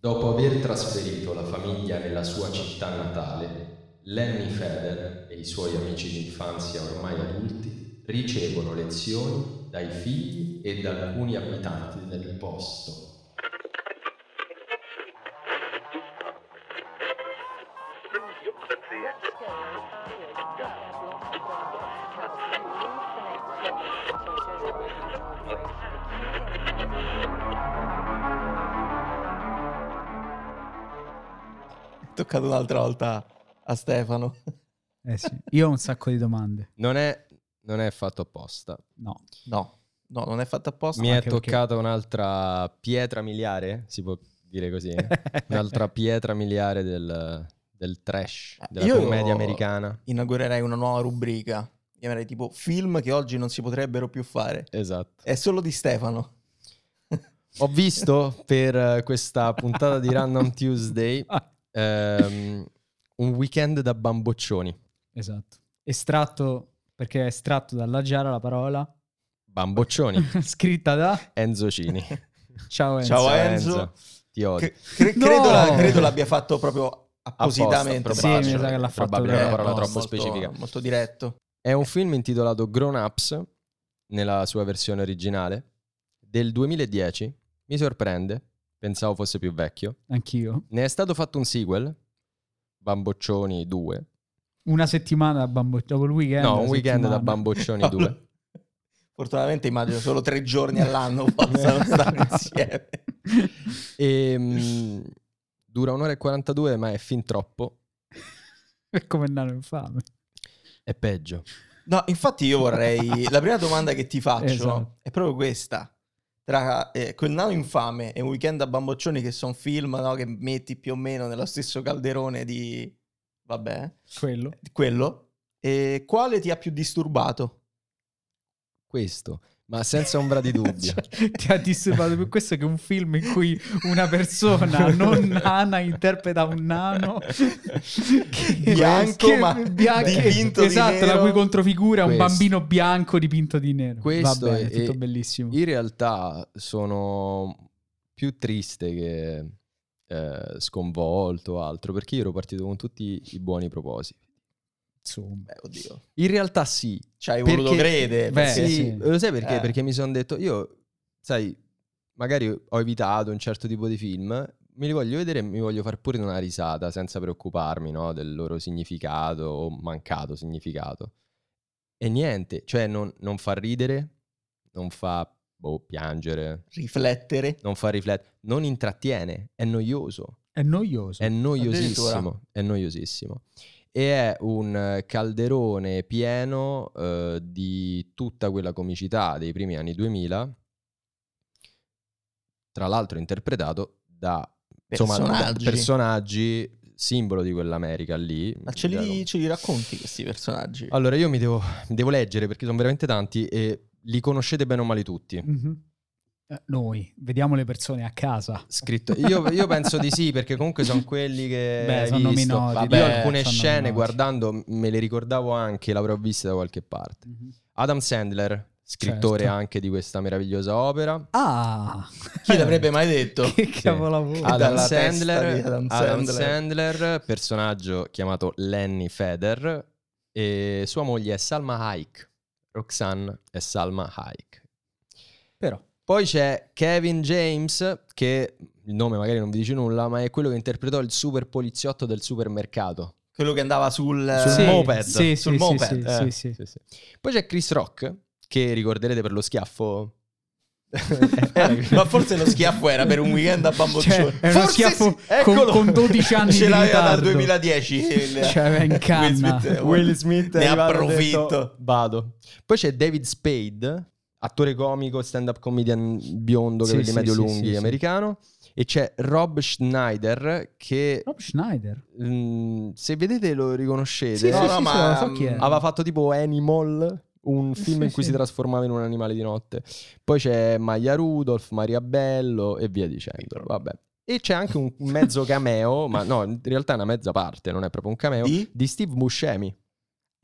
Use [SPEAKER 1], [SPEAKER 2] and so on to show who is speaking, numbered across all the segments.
[SPEAKER 1] Dopo aver trasferito la famiglia nella sua città natale, Lenny Feder e i suoi amici d'infanzia ormai adulti ricevono lezioni dai figli e da alcuni abitanti del posto.
[SPEAKER 2] Toccato un'altra volta a Stefano.
[SPEAKER 3] Eh sì, io ho un sacco di domande.
[SPEAKER 1] Non è, non è fatto apposta.
[SPEAKER 3] No,
[SPEAKER 2] No, no, non è fatto apposta.
[SPEAKER 1] Mi è
[SPEAKER 3] anche perché-
[SPEAKER 1] toccata un'altra pietra miliare, si può dire così, un'altra pietra miliare del, del trash,
[SPEAKER 2] Ah,
[SPEAKER 1] della
[SPEAKER 2] io-
[SPEAKER 1] commedia americana.
[SPEAKER 2] Inaugurerei una nuova rubrica. Chiamerei tipo film che oggi non si potrebbero più fare.
[SPEAKER 1] Esatto.
[SPEAKER 2] È solo di Stefano.
[SPEAKER 1] Ho visto per eh, questa puntata di Random Tuesday
[SPEAKER 3] Ah.
[SPEAKER 1] ehm, un weekend da bamboccioni.
[SPEAKER 3] esatto. Estratto, perché è estratto dalla Giara la parola,
[SPEAKER 1] Bamboccioni,
[SPEAKER 3] scritta da
[SPEAKER 1] Enzo Cini.
[SPEAKER 3] Ciao Enzo.
[SPEAKER 1] eh.
[SPEAKER 2] Ciao, Enzo.
[SPEAKER 1] Ti odio.
[SPEAKER 2] Cre- cre-
[SPEAKER 3] No!
[SPEAKER 2] credo, la- credo l'abbia fatto proprio appositamente. Eh,
[SPEAKER 3] Apposta,
[SPEAKER 1] probabile,
[SPEAKER 3] Sì, mi sa che l'ha fatto
[SPEAKER 1] probabile, è
[SPEAKER 3] lui.
[SPEAKER 1] una parola
[SPEAKER 2] no,
[SPEAKER 1] troppo
[SPEAKER 2] molto-
[SPEAKER 1] specifica.
[SPEAKER 2] Molto diretto.
[SPEAKER 1] È un film intitolato Grown Ups, nella sua versione originale, del 2010. Mi sorprende, pensavo fosse più vecchio.
[SPEAKER 3] Anch'io.
[SPEAKER 1] Ne è stato fatto un sequel, Bamboccioni 2.
[SPEAKER 3] Una settimana da bambo- dopo il weekend.
[SPEAKER 1] No,
[SPEAKER 3] la
[SPEAKER 1] un weekend da
[SPEAKER 3] settimana.
[SPEAKER 1] Bamboccioni 2.
[SPEAKER 2] Fortunatamente immagino solo tre giorni all'anno
[SPEAKER 3] Eh.
[SPEAKER 2] possano stare insieme.
[SPEAKER 1] E, mh, Ehm, dura un'ora e 42, ma è fin troppo.
[SPEAKER 3] È come andare in fame.
[SPEAKER 1] È peggio.
[SPEAKER 2] No, infatti io vorrei... La prima domanda che ti faccio
[SPEAKER 3] Esatto.
[SPEAKER 2] è proprio questa. Tra eh, quel nano infame e un weekend a bamboccioni che sono film no, che metti più o meno nello stesso calderone di... Vabbè,
[SPEAKER 3] Quello.
[SPEAKER 2] di quello. E quale ti ha più disturbato?
[SPEAKER 1] Questo, ma senza ombra di dubbio.
[SPEAKER 3] Cioè, ti ha disturbato più questo che un film in cui una persona non nana interpreta un nano che-
[SPEAKER 2] Bianco,
[SPEAKER 3] che-
[SPEAKER 2] ma
[SPEAKER 3] bian- che-
[SPEAKER 2] dipinto di
[SPEAKER 3] esatto, la
[SPEAKER 2] nero.
[SPEAKER 3] cui controfigura è un
[SPEAKER 1] Questo.
[SPEAKER 3] bambino bianco dipinto di nero.
[SPEAKER 1] Questo
[SPEAKER 3] Vabbè, è
[SPEAKER 1] è-
[SPEAKER 3] tutto bellissimo.
[SPEAKER 1] In realtà sono più triste che eh, sconvolto o altro, perché io ero partito con tutti i buoni propositi.
[SPEAKER 3] Insomma.
[SPEAKER 2] Beh, oddio.
[SPEAKER 1] In realtà sì.
[SPEAKER 2] Ci hai
[SPEAKER 1] Perché-
[SPEAKER 2] voluto credere.
[SPEAKER 3] Beh,
[SPEAKER 2] perché-
[SPEAKER 1] Sì,
[SPEAKER 3] sì.
[SPEAKER 1] Lo sai perché?
[SPEAKER 2] Eh.
[SPEAKER 1] Perché mi sono detto, io, sai, magari ho evitato un certo tipo di film, me li voglio vedere e mi voglio far pure una risata senza preoccuparmi no, del loro significato o mancato significato. E niente, cioè non, non fa ridere, non fa boh, piangere,
[SPEAKER 2] Riflettere.
[SPEAKER 1] non fa riflettere, non intrattiene, è noioso,
[SPEAKER 3] È noioso.
[SPEAKER 1] è noiosissimo, è noiosissimo. E è un eh, calderone pieno eh, di tutta quella comicità dei primi anni 2000, tra l'altro interpretato da insomma, da
[SPEAKER 2] Personaggi.
[SPEAKER 1] personaggi simbolo di quell'America lì.
[SPEAKER 2] Ma ce
[SPEAKER 1] Erano-
[SPEAKER 2] li, ce li racconti questi personaggi?
[SPEAKER 3] Ah,
[SPEAKER 1] Allora io mi devo, mi devo leggere perché sono veramente tanti e li conoscete bene o male tutti.
[SPEAKER 3] Mhm. Eh, Noi vediamo le persone a casa.
[SPEAKER 1] Scritto. Io, io penso di sì, perché comunque sono quelli che
[SPEAKER 3] Beh,
[SPEAKER 1] hai
[SPEAKER 3] sono
[SPEAKER 1] visto.
[SPEAKER 3] minori,
[SPEAKER 1] Vabbè,
[SPEAKER 3] dai,
[SPEAKER 1] io alcune
[SPEAKER 3] sono
[SPEAKER 1] scene
[SPEAKER 3] minori.
[SPEAKER 1] guardando me le ricordavo anche, l'avrò vista da qualche parte. Adam Sandler, scrittore
[SPEAKER 3] Certo.
[SPEAKER 1] anche di questa meravigliosa opera.
[SPEAKER 3] Ah,
[SPEAKER 2] Chi l'avrebbe mai detto?
[SPEAKER 3] che capolavoro.
[SPEAKER 2] Ah,
[SPEAKER 1] Adam
[SPEAKER 2] dalla testa di
[SPEAKER 1] Sandler,
[SPEAKER 2] Adam
[SPEAKER 1] Adam
[SPEAKER 2] Sandler.
[SPEAKER 1] Sandler, personaggio chiamato Lenny Feder e sua moglie è Salma Hayek. Roxanne è Salma Hayek.
[SPEAKER 3] Però
[SPEAKER 1] Poi c'è Kevin James, che il nome magari non vi dice nulla, ma è quello che interpretò il super poliziotto del supermercato.
[SPEAKER 2] Quello che andava sul,
[SPEAKER 1] Sul
[SPEAKER 3] Sì,
[SPEAKER 1] moped.
[SPEAKER 3] sì,
[SPEAKER 2] Sul
[SPEAKER 3] sì,
[SPEAKER 2] moped,
[SPEAKER 3] sì,
[SPEAKER 1] Eh,
[SPEAKER 3] sì, sì.
[SPEAKER 1] sì, sì. Poi c'è Chris Rock, che ricorderete per lo schiaffo. Era-
[SPEAKER 2] Eh, Ma forse lo schiaffo era per un weekend a bamboccioni.
[SPEAKER 3] Eh, Cioè, è uno
[SPEAKER 2] Forse
[SPEAKER 3] schiaffo
[SPEAKER 2] sì,
[SPEAKER 3] con-
[SPEAKER 2] eccolo.
[SPEAKER 3] con 12 anni
[SPEAKER 2] Ce
[SPEAKER 3] di
[SPEAKER 2] l'aveva dal
[SPEAKER 3] ritardo.
[SPEAKER 2] 2010. il-
[SPEAKER 3] Cioè, è in
[SPEAKER 2] Will
[SPEAKER 3] canna.
[SPEAKER 2] Smith, eh,
[SPEAKER 1] Will Smith è
[SPEAKER 2] ne
[SPEAKER 1] arrivato e ha detto,
[SPEAKER 2] approfitto.
[SPEAKER 1] Vado. Poi c'è David Spade, attore comico, stand-up comedian biondo,
[SPEAKER 3] Sì,
[SPEAKER 1] capelli
[SPEAKER 3] sì,
[SPEAKER 1] medio
[SPEAKER 3] sì,
[SPEAKER 1] lunghi,
[SPEAKER 3] sì, sì.
[SPEAKER 1] americano. E c'è Rob Schneider, che
[SPEAKER 3] Rob Schneider.
[SPEAKER 1] mm, se vedete lo riconoscete.
[SPEAKER 3] Sì,
[SPEAKER 2] No,
[SPEAKER 3] sì,
[SPEAKER 2] no,
[SPEAKER 3] sì,
[SPEAKER 2] ma,
[SPEAKER 3] so chi è.
[SPEAKER 2] mm,
[SPEAKER 1] Aveva fatto tipo Animal, un film
[SPEAKER 3] Eh. Sì,
[SPEAKER 1] in cui
[SPEAKER 3] sì.
[SPEAKER 1] si trasformava in un animale di notte. Poi c'è Maya Rudolph, Maria Bello e via dicendo.
[SPEAKER 2] Sì.
[SPEAKER 1] Vabbè. E c'è anche un mezzo cameo, ma no, in realtà è una mezza parte, non è proprio un cameo,
[SPEAKER 2] Di?
[SPEAKER 1] di Steve Buscemi.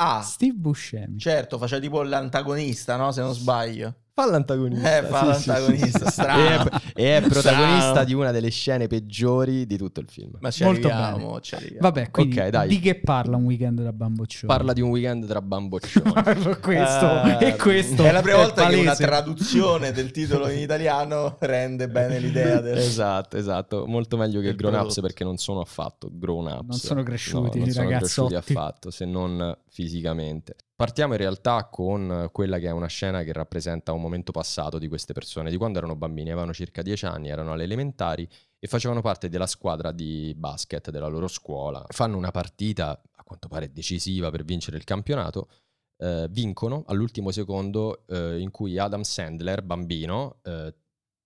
[SPEAKER 2] Ah,
[SPEAKER 3] Steve Buscemi.
[SPEAKER 2] Cioè, certo, faceva tipo l'antagonista, no? Se non sbaglio.
[SPEAKER 1] Fa l'antagonista.
[SPEAKER 2] Eh, fa l'antagonista,
[SPEAKER 3] Eh,
[SPEAKER 2] strano.
[SPEAKER 1] E è- E è protagonista
[SPEAKER 2] Strano.
[SPEAKER 1] di una delle scene peggiori di tutto il film.
[SPEAKER 2] Ma ci
[SPEAKER 3] Molto
[SPEAKER 2] arriviamo, ci arriviamo.
[SPEAKER 3] Vabbè, quindi
[SPEAKER 1] Ok, dai.
[SPEAKER 3] di che parla un weekend da bamboccione?
[SPEAKER 1] Parla di un weekend tra bamboccioni.
[SPEAKER 3] questo
[SPEAKER 2] Eh,
[SPEAKER 3] e questo.
[SPEAKER 2] È la prima volta che una
[SPEAKER 3] palese.
[SPEAKER 2] traduzione del titolo in italiano rende bene l'idea del...
[SPEAKER 1] Esatto, esatto. Molto meglio che
[SPEAKER 2] Del
[SPEAKER 1] grown ups
[SPEAKER 2] prodotto.
[SPEAKER 1] perché non sono affatto grown ups.
[SPEAKER 3] Non sono cresciuti,
[SPEAKER 1] no, non sono
[SPEAKER 3] ragazzotti.
[SPEAKER 1] cresciuti affatto, se non fisicamente. Partiamo in realtà con quella che è una scena che rappresenta un momento passato di queste persone, di quando erano bambini, avevano circa 10 anni, erano alle elementari e facevano parte della squadra di basket della loro scuola. Fanno una partita, a quanto pare decisiva per vincere il campionato, eh, vincono all'ultimo secondo eh, in cui Adam Sandler, bambino, eh,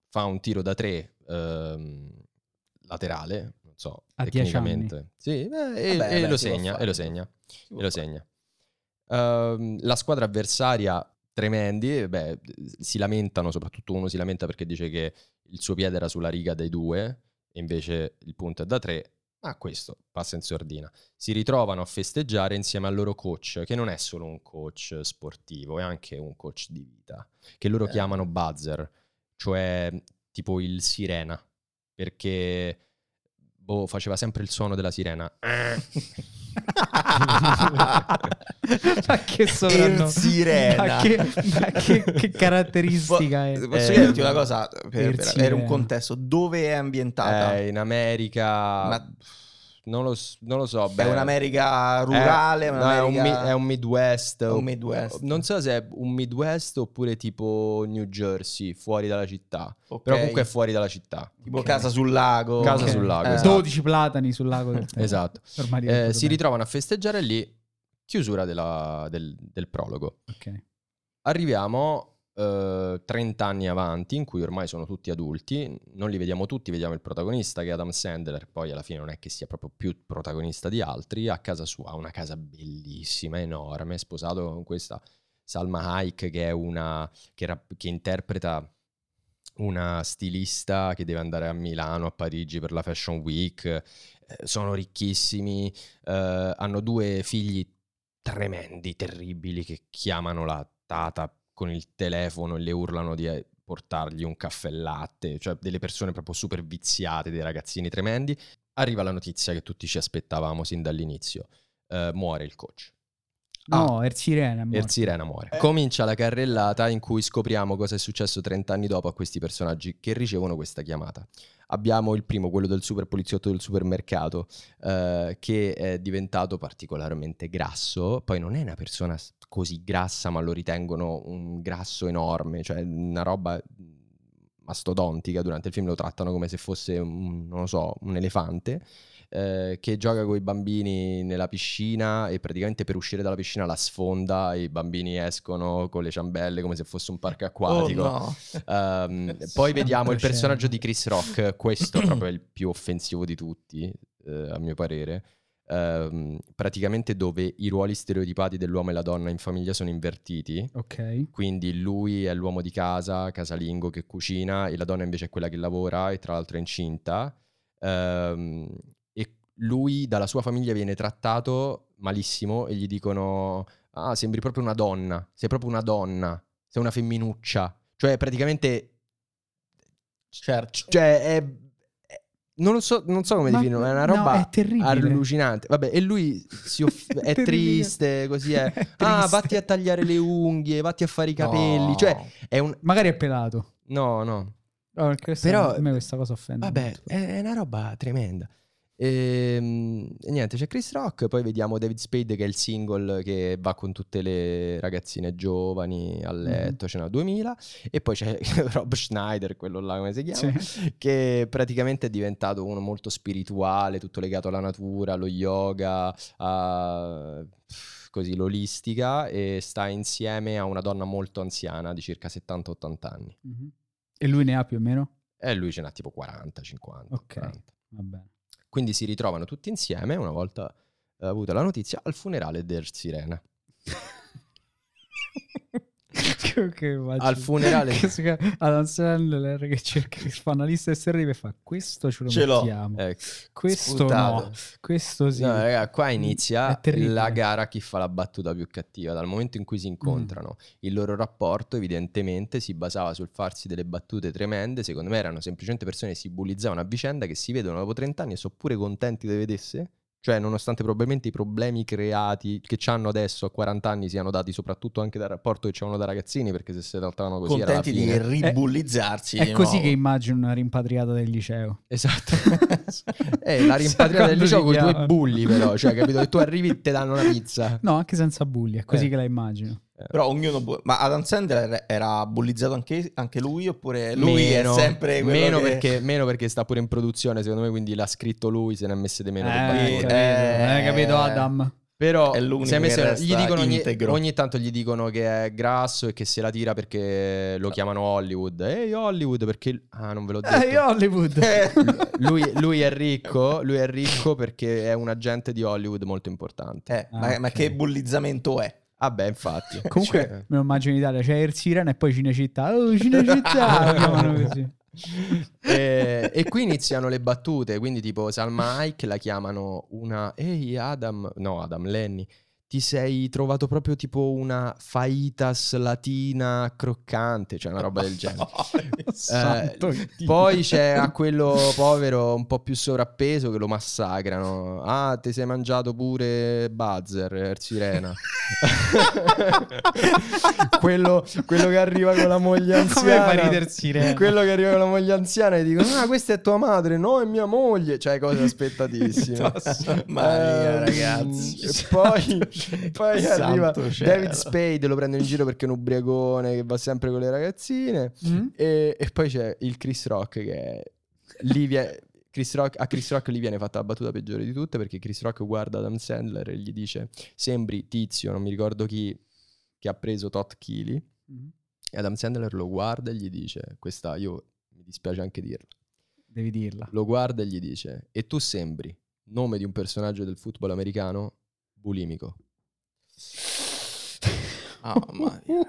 [SPEAKER 1] fa un tiro da tre ehm, laterale, non so,
[SPEAKER 3] A 10 anni.
[SPEAKER 1] tecnicamente. Sì, eh, e,
[SPEAKER 2] Vabbè,
[SPEAKER 1] e
[SPEAKER 2] beh,
[SPEAKER 1] lo
[SPEAKER 2] si può
[SPEAKER 1] segna,
[SPEAKER 2] fare.
[SPEAKER 1] e lo segna, e lo segna. Ehm, la squadra avversaria tremendi, eh, beh, si lamentano, soprattutto uno si lamenta perché dice che il suo piede era sulla riga dei due, e invece il punto è da tre, ma questo passa in sordina. Si ritrovano a festeggiare insieme al loro coach, che non è solo un coach sportivo, è anche un coach di vita, che loro
[SPEAKER 2] Eh.
[SPEAKER 1] chiamano buzzer, cioè tipo il sirena, perché boh, faceva sempre il suono della sirena.
[SPEAKER 3] ma che soprannome?
[SPEAKER 2] Il sirena.
[SPEAKER 3] Ma che, ma che- che caratteristica è?
[SPEAKER 2] Po- Posso
[SPEAKER 1] Eh,
[SPEAKER 2] chiederti una cosa? Per,
[SPEAKER 3] il
[SPEAKER 2] per avere
[SPEAKER 3] sirena.
[SPEAKER 2] un contesto, dove è ambientata?
[SPEAKER 1] Eh, in America...
[SPEAKER 2] Ma-
[SPEAKER 1] Non lo, s- non lo so.
[SPEAKER 2] è
[SPEAKER 1] beh.
[SPEAKER 2] un'America rurale,
[SPEAKER 1] Eh, no,
[SPEAKER 2] un'America...
[SPEAKER 1] è, un mi- è un Midwest.
[SPEAKER 2] un
[SPEAKER 1] o-
[SPEAKER 2] Midwest.
[SPEAKER 1] Non so se è un Midwest oppure tipo New Jersey, fuori dalla città.
[SPEAKER 2] Ok.
[SPEAKER 1] Però comunque è fuori dalla città.
[SPEAKER 2] Tipo
[SPEAKER 3] Ok.
[SPEAKER 2] Casa sul lago.
[SPEAKER 1] Casa
[SPEAKER 2] Ok.
[SPEAKER 1] sul lago,
[SPEAKER 2] Eh,
[SPEAKER 1] esatto.
[SPEAKER 3] 12 platani sul lago del tempo.
[SPEAKER 1] Esatto.
[SPEAKER 3] Ormai
[SPEAKER 1] Eh,
[SPEAKER 3] diventato
[SPEAKER 1] si
[SPEAKER 3] bene.
[SPEAKER 1] ritrovano a festeggiare lì, chiusura della- del, del prologo.
[SPEAKER 3] Ok.
[SPEAKER 1] Arriviamo eh, 30 anni avanti, in cui ormai sono tutti adulti, non li vediamo tutti, vediamo il protagonista che è Adam Sandler, poi alla fine non è che sia proprio più protagonista di altri, a casa sua, ha una casa bellissima, enorme, sposato con questa Salma Hayek che è una che, rap- che interpreta una stilista che deve andare a Milano, a Parigi per la Fashion Week, eh, sono ricchissimi, eh, hanno due figli tremendi, terribili, che chiamano la tata con il telefono e le urlano di eh, portargli un caffè e latte, cioè delle persone proprio super viziate, dei ragazzini tremendi. Arriva la notizia che tutti ci aspettavamo sin dall'inizio, eh, muore il coach.
[SPEAKER 3] No, il sirena è morto.
[SPEAKER 1] Il sirena muore. Comincia la carrellata in cui scopriamo cosa è successo 30 anni dopo a questi personaggi che ricevono questa chiamata. Abbiamo il primo, quello del super poliziotto del supermercato, eh, che è diventato particolarmente grasso. Poi non è una persona s- così grassa, ma lo ritengono un grasso enorme, cioè una roba mm, mastodontica. Durante il film lo trattano come se fosse, un- non lo so, un elefante eh, che gioca con i bambini nella piscina e praticamente per uscire dalla piscina la sfonda e i bambini escono con le ciambelle come se fosse un parco acquatico.
[SPEAKER 2] Oh, no.
[SPEAKER 1] Ehm,
[SPEAKER 2] Santo
[SPEAKER 1] poi vediamo il
[SPEAKER 3] cielo.
[SPEAKER 1] personaggio di Chris Rock, questo è proprio il più offensivo di tutti, eh, a mio parere. Ehm, praticamente dove i ruoli stereotipati dell'uomo e la donna in famiglia sono invertiti.
[SPEAKER 3] Ok.
[SPEAKER 1] Quindi lui è l'uomo di casa, casalingo che cucina e la donna invece è quella che lavora e tra l'altro è incinta. Ehm, e lui dalla sua famiglia viene trattato malissimo e gli dicono ah sembri proprio una donna, sei proprio una donna, sei una femminuccia. Cioè praticamente...
[SPEAKER 2] Certo.
[SPEAKER 1] Cioè è... è- Non, lo so, non so come
[SPEAKER 3] Ma-
[SPEAKER 1] definirlo, è una
[SPEAKER 3] no,
[SPEAKER 1] roba
[SPEAKER 3] è terribile.
[SPEAKER 1] allucinante. Vabbè, e lui si off- è
[SPEAKER 3] terribile.
[SPEAKER 1] triste, così è. Ah,
[SPEAKER 3] triste.
[SPEAKER 1] vatti a tagliare le unghie, vatti a fare i capelli.
[SPEAKER 2] No.
[SPEAKER 1] Cioè, è un...
[SPEAKER 3] Magari è pelato.
[SPEAKER 1] No, no.
[SPEAKER 3] No, perché questa-
[SPEAKER 1] Però-
[SPEAKER 3] a me questa cosa offende.
[SPEAKER 1] Vabbè,
[SPEAKER 3] molto.
[SPEAKER 1] è, è una roba tremenda. Ehm, E, niente, c'è Chris Rock, poi vediamo David Spade che è il single che va con tutte le ragazzine giovani a letto, ce n'ha 2000, e poi c'è Rob Schneider, quello là come si chiama,
[SPEAKER 3] Sì.
[SPEAKER 1] che praticamente è diventato uno molto spirituale, tutto legato alla natura, allo yoga, a così l'olistica e sta insieme a una donna molto anziana di circa 70-80 anni.
[SPEAKER 3] Mhm. E lui ne ha più o meno?
[SPEAKER 1] E lui ce n'ha tipo 40, 50.
[SPEAKER 3] Ok.
[SPEAKER 1] 40.
[SPEAKER 3] Va bene.
[SPEAKER 1] Quindi si ritrovano tutti insieme una volta eh, avuta la notizia al funerale del Sirena.
[SPEAKER 3] ok, immagino.
[SPEAKER 1] Al funerale.
[SPEAKER 3] Che si chiama Adam Sandler che cerca che fa una lista SRI e fa questo ce lo
[SPEAKER 2] Ce l'ho.
[SPEAKER 3] mettiamo.
[SPEAKER 1] Ecco.
[SPEAKER 3] questo
[SPEAKER 2] Sputato.
[SPEAKER 3] no, questo sì.
[SPEAKER 1] No, eh, raga, qua inizia
[SPEAKER 3] È terribile. Mm.
[SPEAKER 1] la gara chi fa la battuta più cattiva. Dal momento in cui si incontrano, il loro rapporto evidentemente si basava sul farsi delle battute tremende. Secondo me erano semplicemente persone che si bullizzavano a vicenda, che si vedono dopo 30 anni e sono pure contenti di vedesse. Cioè, nonostante probabilmente i problemi creati che hanno adesso a 40 anni siano dati soprattutto anche dal rapporto che c'erano da ragazzini, perché se si trattavano così era la
[SPEAKER 2] contenti di
[SPEAKER 1] fine.
[SPEAKER 2] ribullizzarsi.
[SPEAKER 3] È
[SPEAKER 2] di
[SPEAKER 3] così
[SPEAKER 2] nuovo.
[SPEAKER 3] che immagino una rimpatriata del liceo.
[SPEAKER 1] Esatto. Eh, la rimpatriata del
[SPEAKER 3] Quando
[SPEAKER 1] liceo
[SPEAKER 3] si
[SPEAKER 1] con i tuoi
[SPEAKER 3] chiama.
[SPEAKER 1] bulli, però. Cioè, capito? Che tu arrivi e te danno una pizza.
[SPEAKER 3] No, anche senza bulli, è così
[SPEAKER 1] Eh.
[SPEAKER 3] che la immagino.
[SPEAKER 2] Però ognuno... bu- Ma Adam Sandler era bullizzato anche, anche lui oppure lui
[SPEAKER 1] meno,
[SPEAKER 2] è sempre quello
[SPEAKER 1] meno
[SPEAKER 2] che...
[SPEAKER 1] perché, meno perché sta pure in produzione, secondo me, quindi l'ha scritto lui, se ne ha messe di meno. per
[SPEAKER 3] Eh,
[SPEAKER 1] battere.
[SPEAKER 2] eh,
[SPEAKER 3] capito, eh, capito Adam?
[SPEAKER 1] Però
[SPEAKER 2] è l'unico
[SPEAKER 1] se ne è
[SPEAKER 2] che
[SPEAKER 1] messo-
[SPEAKER 2] resta
[SPEAKER 1] gli dicono ogni,
[SPEAKER 2] integro.
[SPEAKER 1] ogni tanto gli dicono che è grasso e che se la tira perché lo chiamano Hollywood. Ehi Hollywood perché ah non ve l'ho detto.
[SPEAKER 3] Eh, Hollywood.
[SPEAKER 1] Lui, lui è ricco, lui è ricco perché è un agente di Hollywood molto importante.
[SPEAKER 2] Eh, ma,
[SPEAKER 3] Ah,
[SPEAKER 2] ma
[SPEAKER 3] ok.
[SPEAKER 2] che bullizzamento è?
[SPEAKER 1] Ah beh, infatti.
[SPEAKER 3] Comunque
[SPEAKER 1] Cioè,
[SPEAKER 3] me lo immagino in Italia, c'è il Sirena e poi Cinecittà. Oh, Cinecittà! lo chiamano così.
[SPEAKER 1] e, Eh, e qui iniziano le battute, quindi tipo Salma Hayek la chiamano una Ehi Adam, no Adam, Lenny, ti sei trovato proprio tipo una faitas latina croccante, cioè una roba del genere.
[SPEAKER 3] Santo Dio.
[SPEAKER 1] Eh, Poi c'è a quello povero un po' più sovrappeso che lo massacrano. Ah, ti sei mangiato pure Buzzer, er sirena. quello, quello che arriva con la moglie
[SPEAKER 3] Come
[SPEAKER 1] anziana.
[SPEAKER 3] fa a ridere il sirena?
[SPEAKER 1] Quello che arriva con la moglie anziana e dicono "Ah, questa è tua madre, no, è mia moglie". Cioè, cose aspettatissime. Ehm,
[SPEAKER 2] Maria, ragazzi.
[SPEAKER 1] e poi, poi
[SPEAKER 2] Santo
[SPEAKER 1] arriva
[SPEAKER 2] cielo.
[SPEAKER 1] David Spade, lo prende in giro perché è un ubriacone che va sempre con le ragazzine.
[SPEAKER 3] Mm?
[SPEAKER 1] E, e poi c'è il Chris Rock che è- lì vie- Chris Rock- a Chris Rock lì viene fatta la battuta peggiore di tutte perché Chris Rock guarda Adam Sandler e gli dice sembri tizio, non mi ricordo chi, che ha preso tot chili
[SPEAKER 3] Mm?
[SPEAKER 1] e Adam Sandler lo guarda e gli dice questa io mi dispiace anche dirlo,
[SPEAKER 3] Devi dirla.
[SPEAKER 1] lo guarda e gli dice e tu sembri, nome di un personaggio del football americano, bulimico.
[SPEAKER 3] Ah,
[SPEAKER 2] Mamma mia,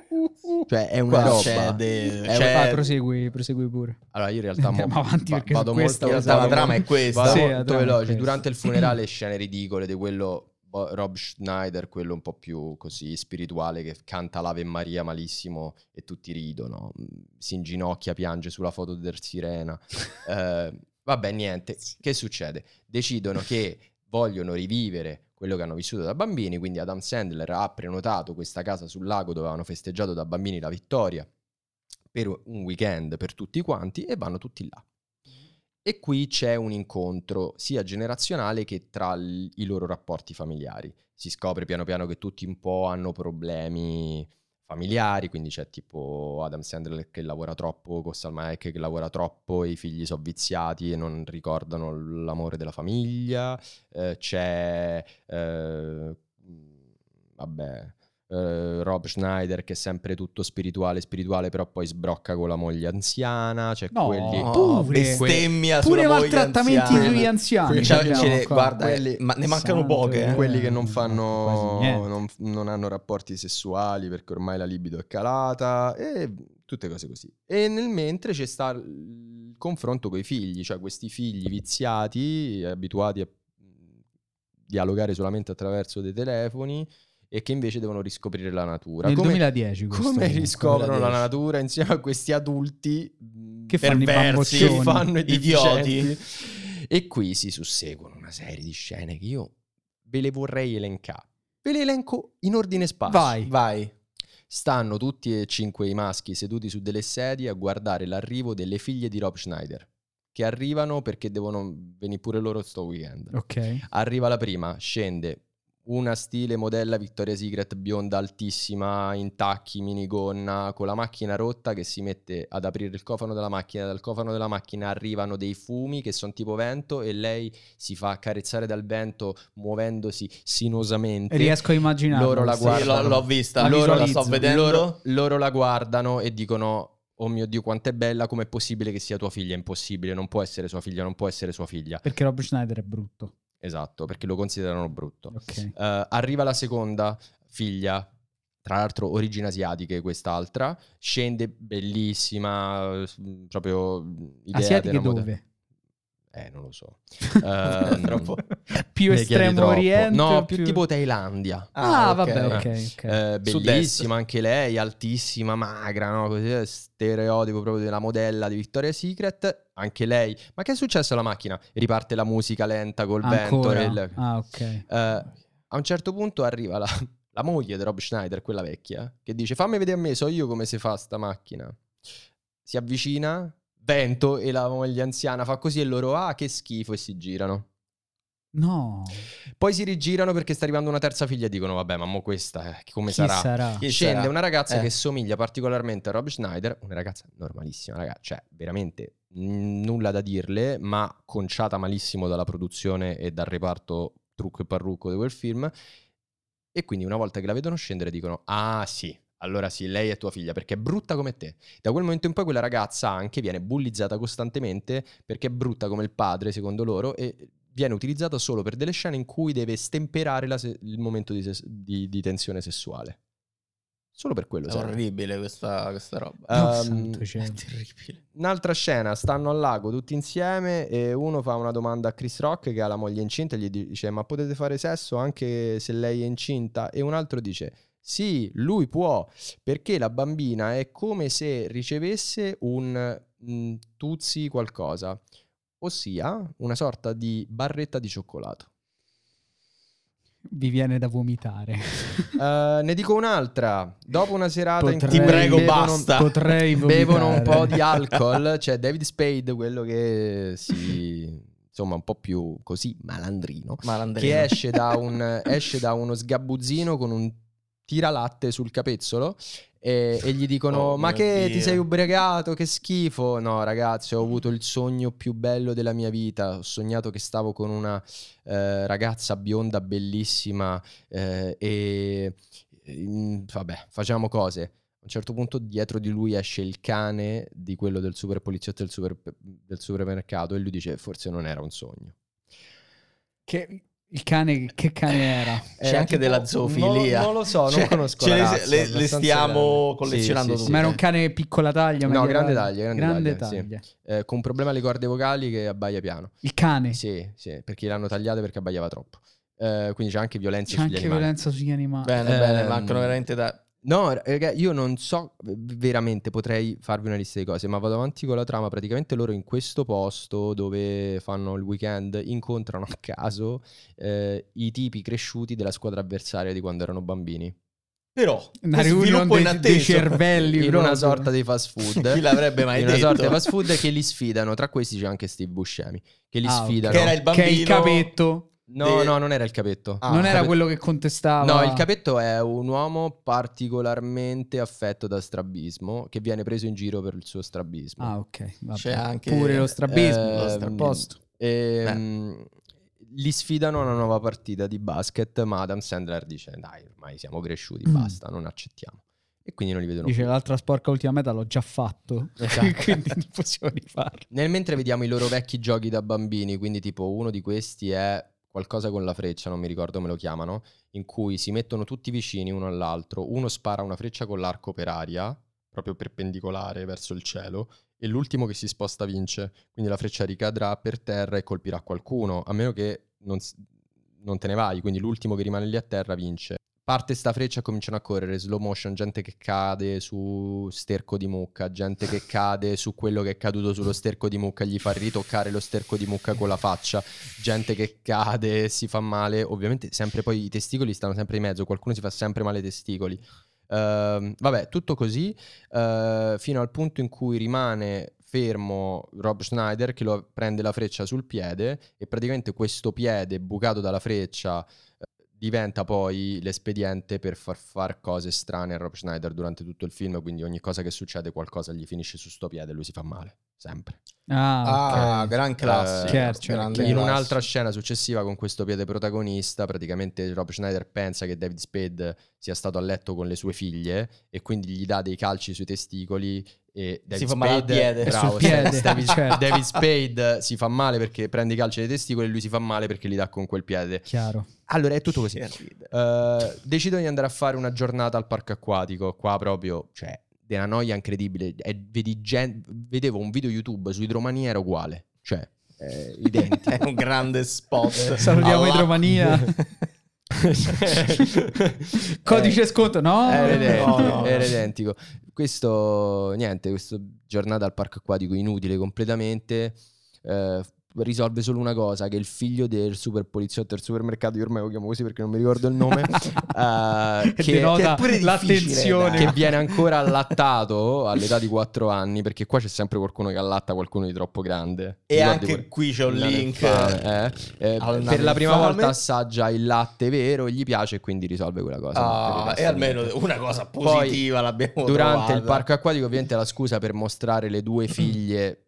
[SPEAKER 1] Cioè è una
[SPEAKER 2] Qua
[SPEAKER 1] roba.
[SPEAKER 2] c'è de-
[SPEAKER 1] È
[SPEAKER 2] c'è-
[SPEAKER 3] Ah, prosegui, prosegui pure.
[SPEAKER 1] Allora io in realtà mo-
[SPEAKER 3] Andiamo avanti
[SPEAKER 1] va-
[SPEAKER 3] perché su
[SPEAKER 1] vado molto
[SPEAKER 3] questa
[SPEAKER 2] in realtà la
[SPEAKER 1] vado
[SPEAKER 2] trama è
[SPEAKER 1] molto-
[SPEAKER 2] questa.
[SPEAKER 1] Vado
[SPEAKER 3] Sì, la
[SPEAKER 1] molto
[SPEAKER 3] trama è
[SPEAKER 1] veloce.
[SPEAKER 3] questa.
[SPEAKER 1] Durante il funerale scene ridicole di quello Bo- Rob Schneider, quello un po' più così spirituale che canta l'Ave Maria malissimo e tutti ridono, Mm, si inginocchia, piange sulla foto del sirena. Eh, vabbè, niente. Che succede? Decidono che vogliono rivivere quello che hanno vissuto da bambini, quindi Adam Sandler ha prenotato questa casa sul lago dove avevano festeggiato da bambini la vittoria per un weekend per tutti quanti e vanno tutti là. E qui c'è un incontro sia generazionale che tra l- i loro rapporti familiari. Si scopre piano piano che tutti un po' hanno problemi familiari, quindi c'è tipo Adam Sandler che lavora troppo, con Salma Hayek che lavora troppo, e i figli sono viziati e non ricordano l'amore della famiglia, eh, c'è... eh, vabbè... eh, Rob Schneider che è sempre tutto spirituale spirituale però poi sbrocca con la moglie anziana c'è
[SPEAKER 3] No.
[SPEAKER 1] quelli
[SPEAKER 3] Oh,
[SPEAKER 2] Oh,
[SPEAKER 3] pure-
[SPEAKER 2] bestemmia
[SPEAKER 3] Pure
[SPEAKER 2] sulla moglie
[SPEAKER 3] maltrattamenti
[SPEAKER 2] anziana.
[SPEAKER 3] sugli anziani. diciamo,
[SPEAKER 1] Quelli- abbiamo
[SPEAKER 2] Cioè, ce ne-
[SPEAKER 3] qua.
[SPEAKER 2] guarda,
[SPEAKER 1] Quelli-
[SPEAKER 2] ma ne mancano
[SPEAKER 3] Santo
[SPEAKER 2] poche. eh.
[SPEAKER 3] Dio.
[SPEAKER 1] quelli che non
[SPEAKER 3] quasi
[SPEAKER 1] fanno
[SPEAKER 3] niente.
[SPEAKER 1] non, non hanno rapporti sessuali perché ormai la libido è calata e tutte cose così e nel mentre c'è sta il confronto con i figli cioè questi figli viziati abituati a dialogare solamente attraverso dei telefoni e che invece devono riscoprire la natura
[SPEAKER 3] Nel
[SPEAKER 1] come,
[SPEAKER 3] 2010 questo
[SPEAKER 1] come
[SPEAKER 3] comunque.
[SPEAKER 1] riscoprono la
[SPEAKER 2] 2010.
[SPEAKER 1] natura insieme a questi adulti
[SPEAKER 3] Che
[SPEAKER 1] per-
[SPEAKER 3] fanno i
[SPEAKER 2] perversi,
[SPEAKER 1] che
[SPEAKER 3] bamboccioni.
[SPEAKER 1] fanno i
[SPEAKER 2] idioti.
[SPEAKER 1] deficienti. E qui si susseguono una serie di scene che io ve le vorrei elencare. Ve le elenco in ordine sparso.
[SPEAKER 3] Vai.
[SPEAKER 2] Vai.
[SPEAKER 1] Stanno tutti e cinque i maschi seduti su delle sedie a guardare l'arrivo delle figlie di Rob Schneider, che arrivano perché devono venire pure loro sto weekend.
[SPEAKER 3] Ok.
[SPEAKER 1] Arriva la prima, scende una stile modella Victoria Secret bionda altissima, in tacchi, minigonna, con la macchina rotta che si mette ad aprire il cofano della macchina. Dal cofano della macchina arrivano dei fumi che sono tipo vento e lei si fa accarezzare dal vento muovendosi sinosamente.
[SPEAKER 3] Riesco a immaginare.
[SPEAKER 1] Loro la
[SPEAKER 3] Sì,
[SPEAKER 2] Sì, l'ho,
[SPEAKER 1] guardano.
[SPEAKER 2] l'ho vista,
[SPEAKER 3] La
[SPEAKER 2] loro la sto
[SPEAKER 3] visualizzo.
[SPEAKER 2] vedendo.
[SPEAKER 1] Loro, loro la guardano e dicono: Oh mio Dio, quanto è bella! Com'è possibile che sia tua figlia? È impossibile, non può essere sua figlia, non può essere sua figlia.
[SPEAKER 3] Perché Rob Schneider è brutto.
[SPEAKER 1] Esatto, perché lo considerano brutto.
[SPEAKER 3] Ok.
[SPEAKER 1] Eh, arriva la seconda figlia tra l'altro origini asiatiche quest'altra, scende bellissima, eh, s- proprio idea
[SPEAKER 3] Asiatiche
[SPEAKER 1] della moda-
[SPEAKER 3] dove?
[SPEAKER 1] Eh, non lo so. Ehm,
[SPEAKER 2] Troppo.
[SPEAKER 3] Più
[SPEAKER 1] ne chiedi
[SPEAKER 3] estremo
[SPEAKER 1] troppo.
[SPEAKER 3] oriente?
[SPEAKER 1] No,
[SPEAKER 3] o
[SPEAKER 1] più, tipo Thailandia.
[SPEAKER 3] Ah,
[SPEAKER 2] ok.
[SPEAKER 3] vabbè, ok, ok.
[SPEAKER 1] Eh,
[SPEAKER 2] Sud-est.
[SPEAKER 1] bellissima anche lei, altissima, magra, no? Così, eh, stereotipo proprio della modella di Victoria's Secret. Anche lei. Ma che è successo alla macchina? Riparte la musica lenta col vento.
[SPEAKER 3] Ancora?
[SPEAKER 1] e il-
[SPEAKER 3] Ah, ok.
[SPEAKER 1] Eh, a un certo punto arriva la, la moglie di Rob Schneider, quella vecchia, che dice fammi vedere a me, so io come si fa sta macchina. Si avvicina, vento e la moglie anziana fa così e loro ah che schifo e si girano.
[SPEAKER 3] No,
[SPEAKER 1] Poi si rigirano perché sta arrivando una terza figlia e dicono vabbè ma mo questa eh, come
[SPEAKER 3] chi
[SPEAKER 1] sarà?
[SPEAKER 3] sarà?
[SPEAKER 2] Chi
[SPEAKER 1] Scende
[SPEAKER 2] sarà?
[SPEAKER 1] una ragazza
[SPEAKER 2] Eh.
[SPEAKER 1] che somiglia particolarmente a Rob Schneider, una ragazza normalissima, raga, cioè veramente n- nulla da dirle, ma conciata malissimo dalla produzione e dal reparto trucco e parrucco di quel film. E quindi una volta che la vedono scendere dicono, ah sì, allora sì, lei è tua figlia perché è brutta come te. Da quel momento in poi quella ragazza anche viene bullizzata costantemente perché è brutta come il padre, secondo loro, e viene utilizzata solo per delle scene in cui deve stemperare la se- il momento di, ses- di- di tensione sessuale. Solo per quello.
[SPEAKER 2] È
[SPEAKER 1] serve.
[SPEAKER 2] orribile questa, questa roba.
[SPEAKER 1] Ah,
[SPEAKER 3] No,
[SPEAKER 1] Ehm,
[SPEAKER 3] santo cielo.
[SPEAKER 2] È terribile.
[SPEAKER 1] Un'altra scena, stanno al lago tutti insieme e uno fa una domanda a Chris Rock che ha la moglie incinta e gli dice ma potete fare sesso anche se lei è incinta? E un altro dice sì, lui può perché la bambina è come se ricevesse un mm, tuzzi qualcosa, ossia una sorta di barretta di cioccolato.
[SPEAKER 3] Vi viene da vomitare.
[SPEAKER 1] Eh, ne dico un'altra, dopo una serata in cui
[SPEAKER 2] Ti prego,
[SPEAKER 1] bevono-
[SPEAKER 2] basta.
[SPEAKER 3] Potrei vomitare.
[SPEAKER 1] bevono un po' di alcol, c'è David Spade, quello che si insomma un po' più così malandrino,
[SPEAKER 2] Malandrino.
[SPEAKER 1] che esce da, un- esce da uno sgabuzzino con un tiralatte sul capezzolo e, e gli dicono
[SPEAKER 2] Oh
[SPEAKER 1] ma
[SPEAKER 2] mio
[SPEAKER 1] che ti
[SPEAKER 2] Dio."
[SPEAKER 1] sei ubriacato che schifo no ragazzi ho avuto il sogno più bello della mia vita ho sognato che stavo con una eh, ragazza bionda bellissima eh, e mm, vabbè facciamo cose a un certo punto dietro di lui esce il cane di quello del super poliziotto del, super- del supermercato e lui dice forse non era un sogno.
[SPEAKER 3] Che, il cane, che cane era?
[SPEAKER 2] C'è
[SPEAKER 1] Era
[SPEAKER 2] anche
[SPEAKER 1] tipo-
[SPEAKER 2] della zoofilia.
[SPEAKER 1] Eh, Non, non lo so, non
[SPEAKER 2] Cioè,
[SPEAKER 1] conosco
[SPEAKER 2] ce
[SPEAKER 1] la
[SPEAKER 2] le-
[SPEAKER 1] razza,
[SPEAKER 2] le- le
[SPEAKER 1] abbastanza
[SPEAKER 2] stiamo
[SPEAKER 1] grande.
[SPEAKER 2] collezionando
[SPEAKER 1] Sì, sì,
[SPEAKER 2] tutte.
[SPEAKER 3] Ma
[SPEAKER 1] sì.
[SPEAKER 3] era un cane piccola taglia?
[SPEAKER 1] eh. No,
[SPEAKER 3] media
[SPEAKER 1] grande
[SPEAKER 3] taglia?
[SPEAKER 1] taglia, grande taglia, sì. Eh, con problema alle corde vocali che abbaia piano.
[SPEAKER 3] Il
[SPEAKER 2] Eh.
[SPEAKER 3] cane.
[SPEAKER 1] Sì, sì, perché l'hanno tagliate perché abbaiava troppo. Eh, quindi c'è anche violenza
[SPEAKER 3] C'è
[SPEAKER 1] sugli
[SPEAKER 3] anche
[SPEAKER 1] animali.
[SPEAKER 3] violenza sugli animali.
[SPEAKER 2] Bene, bene,
[SPEAKER 1] Ehm,
[SPEAKER 2] mancano veramente da...
[SPEAKER 1] No, raga, io non so veramente, potrei farvi una lista di cose, ma vado avanti con la trama. Praticamente loro in questo posto dove fanno il weekend incontrano a caso eh, i tipi cresciuti della squadra avversaria di quando erano bambini.
[SPEAKER 2] Però,
[SPEAKER 3] Una
[SPEAKER 2] questo sviluppo
[SPEAKER 3] riunione dei, dei
[SPEAKER 2] inatteso.
[SPEAKER 3] cervelli.
[SPEAKER 1] In
[SPEAKER 3] proprio.
[SPEAKER 1] una sorta di fast food.
[SPEAKER 2] Chi l'avrebbe mai
[SPEAKER 1] In una
[SPEAKER 2] detto?
[SPEAKER 1] sorta di fast food che li sfidano. Tra questi c'è anche Steve Buscemi, che li
[SPEAKER 3] Ah, ok.
[SPEAKER 1] sfidano.
[SPEAKER 2] Che era il bambino...
[SPEAKER 3] Che è il capetto.
[SPEAKER 1] No,
[SPEAKER 2] de-
[SPEAKER 1] no, non era il capetto.
[SPEAKER 2] Ah,
[SPEAKER 3] non era
[SPEAKER 1] capetto-
[SPEAKER 3] quello che contestava.
[SPEAKER 1] No, il capetto è un uomo particolarmente affetto da strabismo che viene preso in giro per il suo strabismo.
[SPEAKER 3] Ah, ok. vabbè.
[SPEAKER 2] C'è anche- eh, mm,
[SPEAKER 3] Pure lo strabismo.
[SPEAKER 1] Ehm,
[SPEAKER 2] lo
[SPEAKER 3] a posto.
[SPEAKER 1] ehm, li sfidano a una nuova partita di basket, ma Adam Sandler dice dai, ormai siamo cresciuti,
[SPEAKER 3] Mm.
[SPEAKER 1] basta, non accettiamo. E quindi non li vedono
[SPEAKER 3] Dice
[SPEAKER 1] più.
[SPEAKER 3] l'altra sporca ultima meta l'ho già fatto.
[SPEAKER 1] Esatto.
[SPEAKER 3] Quindi non possiamo rifarlo.
[SPEAKER 1] Nel mentre vediamo i loro vecchi giochi da bambini, quindi tipo uno di questi è qualcosa con la freccia, non mi ricordo come lo chiamano, in cui si mettono tutti vicini uno all'altro, uno spara una freccia con l'arco per aria, proprio perpendicolare verso il cielo, e l'ultimo che si sposta vince, quindi la freccia ricadrà per terra e colpirà qualcuno, a meno che non, s- non te ne vai, quindi l'ultimo che rimane lì a terra vince. Parte sta freccia e cominciano a correre, slow motion, gente che cade su sterco di mucca, gente che cade su quello che è caduto sullo sterco di mucca, gli fa ritoccare lo sterco di mucca con la faccia, gente che cade, si fa male, ovviamente sempre poi i testicoli stanno sempre in mezzo, qualcuno si fa sempre male ai testicoli. Ehm, vabbè, tutto così eh, fino al punto in cui rimane fermo Rob Schneider che lo prende la freccia sul piede e praticamente questo piede bucato dalla freccia eh, diventa poi l'espediente per far far cose strane a Rob Schneider durante tutto il film, quindi ogni cosa che succede qualcosa gli finisce su sto piede e lui si fa male, sempre. Cioè,
[SPEAKER 3] Ah,
[SPEAKER 2] Ah,
[SPEAKER 3] ok.
[SPEAKER 2] gran classico.
[SPEAKER 3] Scherzo,
[SPEAKER 2] grande
[SPEAKER 3] Dei
[SPEAKER 1] Eh, certo, In
[SPEAKER 2] classico.
[SPEAKER 1] un'altra scena successiva con questo piede protagonista, praticamente Rob Schneider pensa che David Spade sia stato a letto con le sue figlie e quindi gli dà dei calci sui testicoli e David
[SPEAKER 2] fa male al
[SPEAKER 1] Spade
[SPEAKER 2] piede.
[SPEAKER 1] Bravo,
[SPEAKER 3] Sul
[SPEAKER 1] David-
[SPEAKER 3] piede,
[SPEAKER 1] David,
[SPEAKER 3] certo.
[SPEAKER 1] David Spade si fa male perché prende i calci dei testicoli e lui si fa male perché li dà con quel piede.
[SPEAKER 3] Chiaro.
[SPEAKER 1] Allora, è tutto così.
[SPEAKER 2] Che ridere.
[SPEAKER 1] Eh, decido di andare a fare una giornata al parco acquatico. Qua proprio, cioè, è una noia incredibile. E vedi gen- vedevo un video YouTube sui Romania, era uguale. Cioè, eh, identico.
[SPEAKER 2] È un grande
[SPEAKER 1] Eh,
[SPEAKER 2] spot.
[SPEAKER 3] Salutiamo
[SPEAKER 2] Alla-
[SPEAKER 3] Idromania. Codice sconto, no?
[SPEAKER 1] Era
[SPEAKER 2] Eh,
[SPEAKER 1] identico,
[SPEAKER 2] no, no, no.
[SPEAKER 1] era identico. Questo, niente, questa giornata al parco acquatico inutile completamente. eh, risolve solo una cosa, che il figlio del super poliziotto del supermercato, io ormai lo chiamo così perché non mi ricordo il nome, eh,
[SPEAKER 3] che
[SPEAKER 1] che,
[SPEAKER 3] denota
[SPEAKER 2] è pure difficile,
[SPEAKER 3] l'attenzione.
[SPEAKER 1] che viene ancora allattato all'età di 4 anni, perché qua c'è sempre qualcuno che allatta qualcuno di troppo grande.
[SPEAKER 2] E
[SPEAKER 1] Ricordi
[SPEAKER 2] anche
[SPEAKER 1] quel-
[SPEAKER 2] qui c'è un
[SPEAKER 1] Nane
[SPEAKER 2] link.
[SPEAKER 1] infame, eh? Eh,
[SPEAKER 2] al
[SPEAKER 1] per la
[SPEAKER 2] Nane
[SPEAKER 1] prima
[SPEAKER 2] infame.
[SPEAKER 1] volta assaggia il latte vero, gli piace e quindi risolve quella cosa. non per il
[SPEAKER 2] Ah,
[SPEAKER 1] resto
[SPEAKER 2] e almeno
[SPEAKER 1] niente.
[SPEAKER 2] una cosa
[SPEAKER 1] Poi,
[SPEAKER 2] positiva l'abbiamo
[SPEAKER 1] Durante
[SPEAKER 2] trovata.
[SPEAKER 1] il parco acquatico, ovviamente, è la scusa per mostrare le due figlie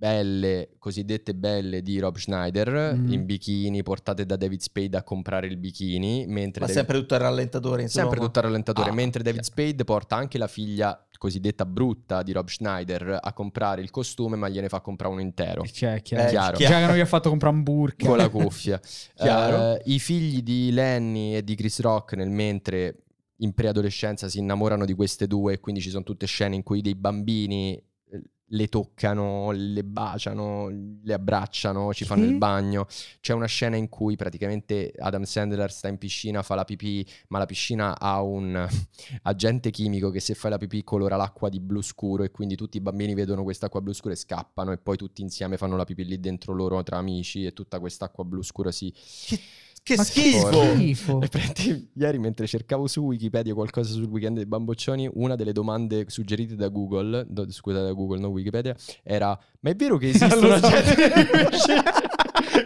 [SPEAKER 1] belle, cosiddette belle di Rob Schneider
[SPEAKER 3] Mm.
[SPEAKER 1] in bikini, portate da David Spade a comprare il bikini. Mentre
[SPEAKER 2] Ma
[SPEAKER 1] David-
[SPEAKER 2] sempre tutto il rallentatore, insomma.
[SPEAKER 1] sempre tutto al rallentatore.
[SPEAKER 2] Ah,
[SPEAKER 1] mentre David
[SPEAKER 2] chiaro.
[SPEAKER 1] Spade porta anche la figlia cosiddetta brutta di Rob Schneider a comprare il costume, ma gliene fa comprare uno intero.
[SPEAKER 3] Cioè, chiaro.
[SPEAKER 1] chiaro.
[SPEAKER 2] Eh, chiaro.
[SPEAKER 3] Già che non gli ha fatto comprare un burka.
[SPEAKER 1] con la cuffia.
[SPEAKER 2] Chiaro.
[SPEAKER 1] Eh, I figli di Lenny e di Chris Rock, nel mentre in preadolescenza si innamorano di queste due, e quindi ci sono tutte scene in cui dei bambini eh, le toccano, le baciano, le abbracciano, ci fanno
[SPEAKER 3] Sì.
[SPEAKER 1] il bagno. C'è una scena in cui praticamente Adam Sandler sta in piscina, fa la pipì, ma la piscina ha un agente chimico che se fai la pipì colora l'acqua di blu scuro e quindi tutti i bambini vedono quest'acqua blu scura e scappano e poi tutti insieme fanno la pipì lì dentro loro tra amici e tutta quest'acqua blu scura si...
[SPEAKER 2] Che
[SPEAKER 3] Ma
[SPEAKER 2] schifo!
[SPEAKER 3] schifo.
[SPEAKER 1] E prendi- ieri mentre cercavo su Wikipedia qualcosa sul weekend dei bamboccioni, una delle domande suggerite da Google, do- scusa da Google, non Wikipedia, era ma è vero che esistono
[SPEAKER 3] Allora,
[SPEAKER 1] agenti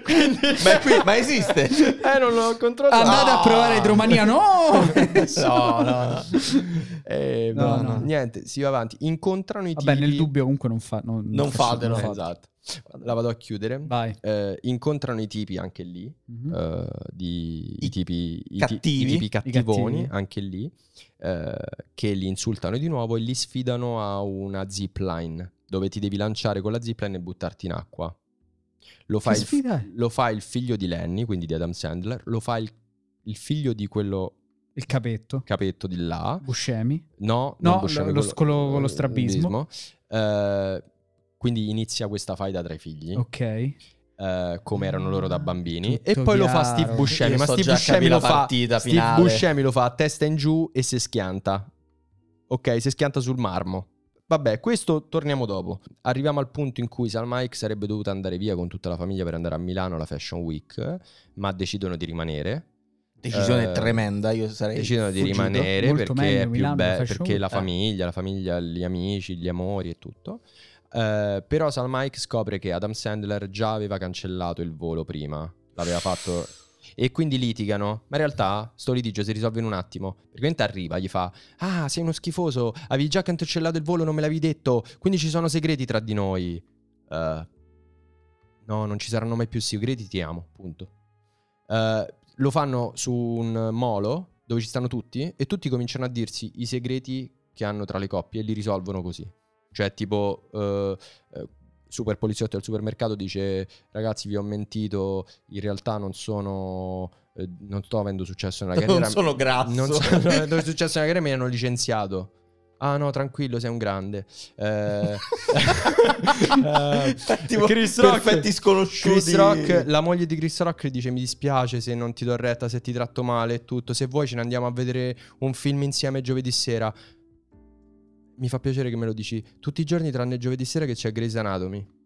[SPEAKER 3] Quindi-
[SPEAKER 2] Ma, è qui- ma esiste?
[SPEAKER 1] Eh, non l'ho controllato.
[SPEAKER 3] Andate
[SPEAKER 2] No.
[SPEAKER 3] a provare Idromania, no!
[SPEAKER 2] No, no, no.
[SPEAKER 1] Eh,
[SPEAKER 3] No,
[SPEAKER 1] ma
[SPEAKER 3] no.
[SPEAKER 1] Niente, si va avanti. Incontrano i
[SPEAKER 3] Vabbè,
[SPEAKER 1] tipi...
[SPEAKER 3] nel dubbio comunque non fa... Non,
[SPEAKER 2] Non fatelo.
[SPEAKER 3] non fa-
[SPEAKER 1] Esatto. La vado a chiudere.
[SPEAKER 3] Vai.
[SPEAKER 1] Eh, incontrano i tipi anche lì,
[SPEAKER 3] Mhm.
[SPEAKER 1] eh, di- i,
[SPEAKER 2] I
[SPEAKER 1] tipi, i ti-
[SPEAKER 2] cattivi.
[SPEAKER 1] i tipi cattivoni
[SPEAKER 3] cattivi.
[SPEAKER 1] anche lì, eh, che li insultano di nuovo e li sfidano a una zipline, dove ti devi lanciare con la zipline e buttarti in acqua. Lo fa,
[SPEAKER 3] Che
[SPEAKER 1] il,
[SPEAKER 3] sfida è?
[SPEAKER 1] lo fa il figlio di Lenny, quindi di Adam Sandler, lo fa il, il figlio di quello
[SPEAKER 3] Il capetto.
[SPEAKER 1] capetto di là,
[SPEAKER 3] Buscemi.
[SPEAKER 1] No,
[SPEAKER 3] No,
[SPEAKER 1] non Buscemi,
[SPEAKER 3] lo- lo- quello- con lo strabismo.
[SPEAKER 1] Eh, quindi inizia questa faida tra i figli,
[SPEAKER 3] Ok.
[SPEAKER 1] eh, come erano loro da bambini.
[SPEAKER 3] Tutto
[SPEAKER 1] e poi lo fa
[SPEAKER 3] chiaro.
[SPEAKER 1] Steve Buscemi.
[SPEAKER 2] Io
[SPEAKER 1] ma
[SPEAKER 2] so
[SPEAKER 1] Steve
[SPEAKER 2] già
[SPEAKER 1] Buscemi
[SPEAKER 2] capire
[SPEAKER 1] lo
[SPEAKER 2] la
[SPEAKER 1] fa.
[SPEAKER 2] partita
[SPEAKER 1] Steve
[SPEAKER 2] finale.
[SPEAKER 1] Buscemi lo fa a testa in giù e si schianta. Ok, si schianta sul marmo. Vabbè, questo torniamo dopo. Arriviamo al punto in cui Salma Hayek sarebbe dovuta andare via con tutta la famiglia per andare a Milano alla Fashion Week, eh, ma decidono di rimanere.
[SPEAKER 2] Decisione
[SPEAKER 1] Eh,
[SPEAKER 2] tremenda, io sarei...
[SPEAKER 1] decidono di
[SPEAKER 2] fuggito.
[SPEAKER 1] rimanere
[SPEAKER 3] Molto
[SPEAKER 1] perché
[SPEAKER 3] meglio,
[SPEAKER 1] è più
[SPEAKER 3] Milano,
[SPEAKER 1] be-
[SPEAKER 3] Fashion
[SPEAKER 1] perché
[SPEAKER 3] Week.
[SPEAKER 1] la
[SPEAKER 2] Eh.
[SPEAKER 1] famiglia, la famiglia, gli amici, gli amori e tutto. Eh, però Salma Hayek scopre che Adam Sandler già aveva cancellato il volo prima, l'aveva fatto e quindi litigano, ma in realtà sto litigio si risolve in un attimo. Praticamente arriva, gli fa "Ah, sei uno schifoso, avevi già cancellato il volo, non me l'avevi detto, quindi ci sono segreti tra di noi". Eh, no, non ci saranno mai più segreti, ti amo, punto. Eh, lo fanno su un molo dove ci stanno tutti e tutti cominciano a dirsi i segreti che hanno tra le coppie e li risolvono così. Cioè, tipo, eh, eh, super poliziotto al supermercato dice: Ragazzi, vi ho mentito. In realtà non sono. eh, non sto avendo successo nella carriera.
[SPEAKER 2] Non sono grasso.
[SPEAKER 1] Non so- non è successo nella carriera, mi hanno licenziato. Ah no, tranquillo, sei un grande. Eh, eh,
[SPEAKER 2] Tipo,
[SPEAKER 1] Chris Rock-
[SPEAKER 2] perfetti sconosciuti.
[SPEAKER 1] Chris Rock, la moglie di Chris Rock dice mi dispiace se non ti do retta, se ti tratto male e tutto, se vuoi ce ne andiamo a vedere un film insieme giovedì sera. Mi fa piacere che me lo dici tutti i giorni tranne giovedì sera che c'è Grey's Anatomy.
[SPEAKER 2] Eh,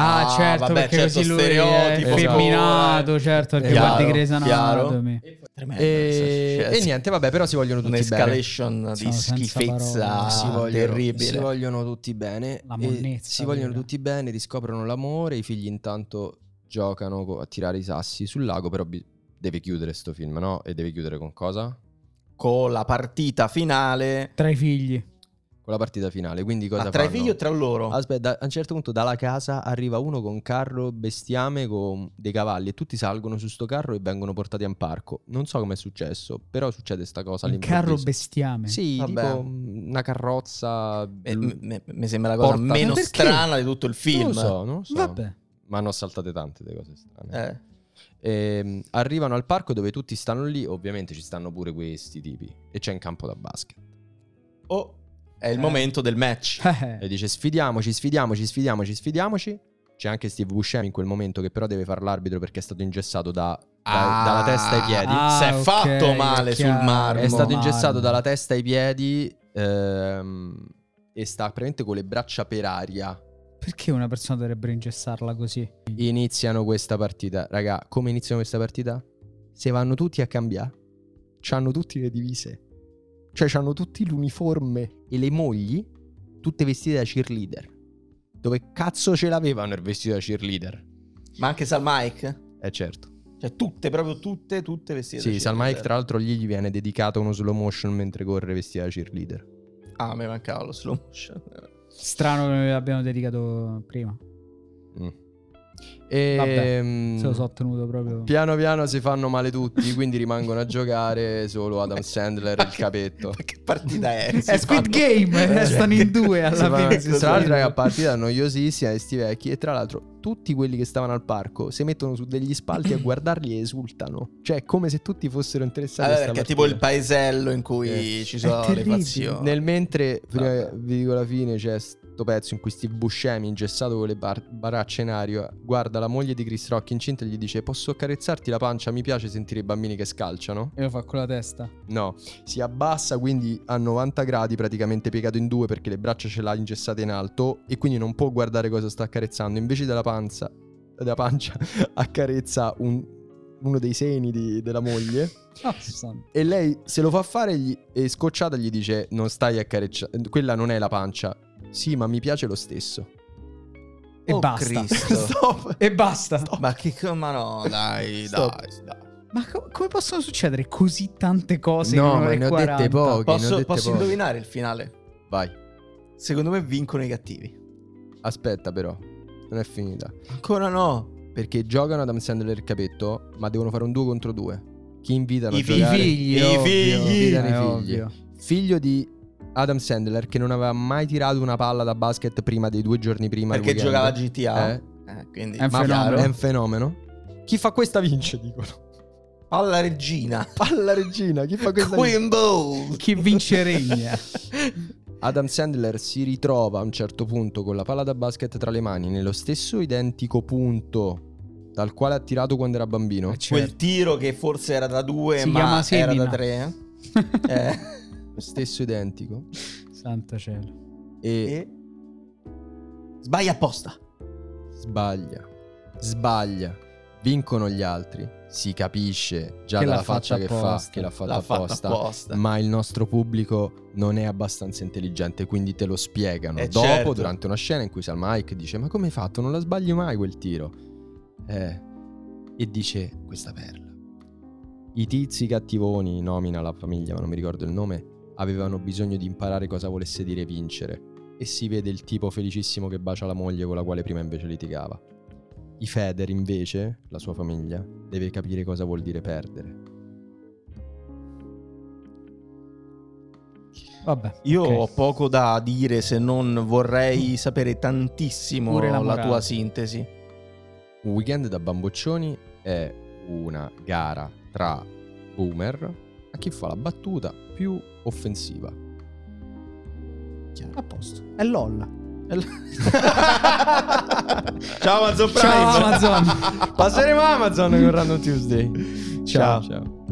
[SPEAKER 3] Ah,
[SPEAKER 2] Ah,
[SPEAKER 3] certo,
[SPEAKER 2] vabbè,
[SPEAKER 3] perché
[SPEAKER 2] certo,
[SPEAKER 3] così lui è
[SPEAKER 2] stereotipo,
[SPEAKER 3] femminato, certo, perché
[SPEAKER 1] Chiaro,
[SPEAKER 3] guardi Grey's
[SPEAKER 2] chiaro.
[SPEAKER 3] Anatomy.
[SPEAKER 2] Tremenda,
[SPEAKER 1] E,
[SPEAKER 2] cioè,
[SPEAKER 1] Eh, e niente, vabbè, però si vogliono tutti bene.
[SPEAKER 2] Un'escalation
[SPEAKER 3] Sono
[SPEAKER 2] di
[SPEAKER 3] senza
[SPEAKER 2] schifezza
[SPEAKER 3] parole.
[SPEAKER 1] si vogliono,
[SPEAKER 2] terribile.
[SPEAKER 1] si vogliono tutti bene.
[SPEAKER 3] La
[SPEAKER 1] e
[SPEAKER 3] monnezza,
[SPEAKER 1] Si vogliono
[SPEAKER 3] vera.
[SPEAKER 1] tutti bene, riscoprono l'amore. I figli intanto giocano co- a tirare i sassi sul lago. Però bi- deve chiudere sto film, no? E deve chiudere con cosa?
[SPEAKER 2] Con la partita finale
[SPEAKER 3] Tra i figli.
[SPEAKER 1] Con la partita finale. Quindi cosa
[SPEAKER 2] ma tra i
[SPEAKER 1] fanno?
[SPEAKER 2] figli o tra
[SPEAKER 3] Oh.
[SPEAKER 2] loro?
[SPEAKER 1] Aspetta, a un certo punto dalla casa arriva uno con carro bestiame con dei cavalli e tutti salgono su sto carro e vengono portati a un parco. Non so come è successo, però succede sta cosa
[SPEAKER 3] Il
[SPEAKER 1] all'improvviso.
[SPEAKER 3] carro bestiame.
[SPEAKER 1] Sì,
[SPEAKER 2] Vabbè.
[SPEAKER 1] tipo mm, una carrozza
[SPEAKER 2] Eh,
[SPEAKER 1] blu-
[SPEAKER 2] m- m- Mi sembra la cosa
[SPEAKER 1] Mm. Porta-
[SPEAKER 2] meno
[SPEAKER 3] Ma perché?
[SPEAKER 2] strana di tutto il
[SPEAKER 1] Non
[SPEAKER 2] film.
[SPEAKER 1] lo so, non lo so.
[SPEAKER 3] Vabbè.
[SPEAKER 1] Ma hanno saltate tante delle cose strane.
[SPEAKER 2] Eh.
[SPEAKER 1] Ehm, arrivano al parco dove tutti stanno lì, ovviamente ci stanno pure questi tipi, e c'è un campo da basket.
[SPEAKER 2] Oh, è il
[SPEAKER 3] Eh.
[SPEAKER 2] momento del match.
[SPEAKER 1] E dice sfidiamoci, sfidiamoci, sfidiamoci, sfidiamoci. C'è anche Steve Buscemi in quel momento che però deve far l'arbitro perché è stato ingessato da- da-
[SPEAKER 2] Ah.
[SPEAKER 1] dalla testa ai piedi.
[SPEAKER 2] Ah, S'è fatto male sul marmo.
[SPEAKER 1] È stato
[SPEAKER 2] Marmo.
[SPEAKER 1] ingessato dalla testa ai piedi ehm, e sta praticamente con le braccia per aria.
[SPEAKER 3] Perché una persona dovrebbe ingessarla così?
[SPEAKER 1] Iniziano questa partita. Raga, come iniziano questa partita? Se vanno tutti a cambiare, c'hanno tutti le divise. Cioè, c'hanno tutti l'uniforme e le mogli, tutte vestite da cheerleader. Dove cazzo ce l'avevano il vestito da cheerleader?
[SPEAKER 2] Ma anche Sal Mike?
[SPEAKER 1] Eh certo.
[SPEAKER 2] Cioè tutte, proprio tutte, tutte vestite.
[SPEAKER 1] Sì,
[SPEAKER 2] da
[SPEAKER 1] Sal Mike,
[SPEAKER 2] cheerleader.
[SPEAKER 1] tra l'altro gli gli viene dedicato uno slow motion mentre corre vestita da cheerleader.
[SPEAKER 2] Ah, mi mancava lo slow motion.
[SPEAKER 3] Strano che non l'abbiano dedicato prima.
[SPEAKER 1] Mm. E,
[SPEAKER 3] Vabbè,
[SPEAKER 1] mm,
[SPEAKER 3] Se lo so tenuto proprio.
[SPEAKER 1] Piano piano si fanno male tutti, quindi rimangono a giocare solo Adam Sandler e il capetto. Cioè,
[SPEAKER 2] Ma che partita è? eh,
[SPEAKER 3] È Squid Game, restano in due
[SPEAKER 1] Si
[SPEAKER 3] alla
[SPEAKER 1] fanno-
[SPEAKER 3] fine. si
[SPEAKER 1] tra l'altro è
[SPEAKER 3] sono-
[SPEAKER 1] una partita noiosissima di sti vecchi e tra l'altro tutti quelli che stavano al parco si mettono su degli spalti a guardarli e esultano. Cioè è come se tutti fossero interessati
[SPEAKER 2] Allora,
[SPEAKER 1] a sta
[SPEAKER 2] perché è tipo il
[SPEAKER 1] partita.
[SPEAKER 2] paesello in cui ci sono le
[SPEAKER 3] Eh, terribile.
[SPEAKER 2] fazioni.
[SPEAKER 1] Nel mentre, prima
[SPEAKER 2] Vabbè.
[SPEAKER 1] vi dico la fine, c'è sto pezzo in cui Steve Buscemi, ingessato con le bar- baracce in aria, guarda la moglie di Chris Rock incinta e gli dice «Posso carezzarti la pancia? Mi piace sentire i bambini che scalciano».
[SPEAKER 3] E lo fa con la testa.
[SPEAKER 1] No, si abbassa quindi a 90 gradi, praticamente piegato in due perché le braccia ce l'ha ingessate in alto e quindi non può guardare cosa sta accarezzando. Invece della panza, della pancia, accarezza un- uno dei seni di- della moglie
[SPEAKER 3] Ah, santo.
[SPEAKER 1] e lei se lo fa fare gli- e scocciata gli dice non stai accarezzando, quella non è la pancia. Sì, ma mi piace lo stesso.
[SPEAKER 3] E
[SPEAKER 2] Oh,
[SPEAKER 3] basta.
[SPEAKER 2] Cristo.
[SPEAKER 1] Stop.
[SPEAKER 3] E basta.
[SPEAKER 2] Ma che co- ma no, dai,
[SPEAKER 1] Stop.
[SPEAKER 2] dai, dai.
[SPEAKER 3] Ma co- come possono succedere così tante cose?
[SPEAKER 1] No,
[SPEAKER 3] in
[SPEAKER 1] ma
[SPEAKER 3] un'ora e
[SPEAKER 1] ne ho dette
[SPEAKER 3] 40?
[SPEAKER 1] poche. Ok, ne ho
[SPEAKER 2] posso
[SPEAKER 1] dette
[SPEAKER 2] posso
[SPEAKER 1] poche.
[SPEAKER 2] indovinare il finale?
[SPEAKER 1] Vai,
[SPEAKER 2] Secondo me vincono i cattivi.
[SPEAKER 1] aspetta però, non è finita.
[SPEAKER 2] Ancora no.
[SPEAKER 1] Perché giocano Adam Sandler e il capetto, ma devono fare un 2 contro 2. Chi invitano
[SPEAKER 2] I
[SPEAKER 1] a
[SPEAKER 2] figli.
[SPEAKER 1] giocare?
[SPEAKER 3] I figli.
[SPEAKER 2] I
[SPEAKER 3] ovvio.
[SPEAKER 2] figli.
[SPEAKER 3] Eh,
[SPEAKER 1] I figli.
[SPEAKER 3] ovvio.
[SPEAKER 1] figlio di Adam Sandler che non aveva mai tirato una palla da basket prima dei due giorni prima del
[SPEAKER 2] perché
[SPEAKER 1] weekend.
[SPEAKER 2] giocava a GTA.
[SPEAKER 1] Eh.
[SPEAKER 2] Eh, quindi
[SPEAKER 3] È un
[SPEAKER 1] Ma
[SPEAKER 3] fenomeno.
[SPEAKER 1] è un fenomeno. Chi fa questa vince, dicono.
[SPEAKER 2] Palla regina.
[SPEAKER 1] Palla regina, chi fa questa vince?
[SPEAKER 2] Queen Bowl.
[SPEAKER 3] Chi vince regna.
[SPEAKER 1] Adam Sandler si ritrova a un certo punto con la palla da basket tra le mani nello stesso identico punto dal quale ha tirato quando era bambino.
[SPEAKER 3] Eh,
[SPEAKER 2] Quel
[SPEAKER 3] certo.
[SPEAKER 2] tiro che forse era da due,
[SPEAKER 3] Si
[SPEAKER 2] Eh, ma
[SPEAKER 3] chiama
[SPEAKER 2] era
[SPEAKER 3] semina.
[SPEAKER 2] da tre. Eh.
[SPEAKER 1] Lo stesso identico.
[SPEAKER 3] Santo cielo.
[SPEAKER 1] E
[SPEAKER 2] E Eh. sbaglia apposta.
[SPEAKER 1] Sbaglia, sbaglia, vincono gli altri, si capisce già
[SPEAKER 3] Che l'ha
[SPEAKER 1] dalla faccia
[SPEAKER 3] fatta
[SPEAKER 1] che fa
[SPEAKER 3] apposta.
[SPEAKER 1] che l'ha fatta
[SPEAKER 2] L'ha fatta
[SPEAKER 1] apposta,
[SPEAKER 2] apposta.
[SPEAKER 1] ma il nostro pubblico non è abbastanza intelligente, quindi te lo spiegano.
[SPEAKER 2] Eh,
[SPEAKER 1] Dopo,
[SPEAKER 2] certo.
[SPEAKER 1] durante una scena in cui Salma Hayek dice ma come hai fatto, non la sbagli mai quel tiro? Eh, e dice questa perla. I tizi cattivoni, nomina la famiglia ma non mi ricordo il nome, avevano bisogno di imparare cosa volesse dire vincere e si vede il tipo felicissimo che bacia la moglie con la quale prima invece litigava. I Feder invece, la sua famiglia, deve capire cosa vuol dire perdere.
[SPEAKER 3] Vabbè.
[SPEAKER 2] Io
[SPEAKER 3] ok.
[SPEAKER 2] ho poco da dire se non vorrei sapere tantissimo
[SPEAKER 3] Pure la
[SPEAKER 2] la,
[SPEAKER 3] morale.
[SPEAKER 2] tua sintesi.
[SPEAKER 1] Un weekend da bamboccioni è una gara tra boomer a chi fa la battuta più offensiva.
[SPEAKER 3] A posto. È LOL.
[SPEAKER 2] Ciao Amazon Prime.
[SPEAKER 3] Ciao Amazon.
[SPEAKER 1] Passeremo a Amazon con Random Tuesday.
[SPEAKER 2] Ciao.
[SPEAKER 1] ciao.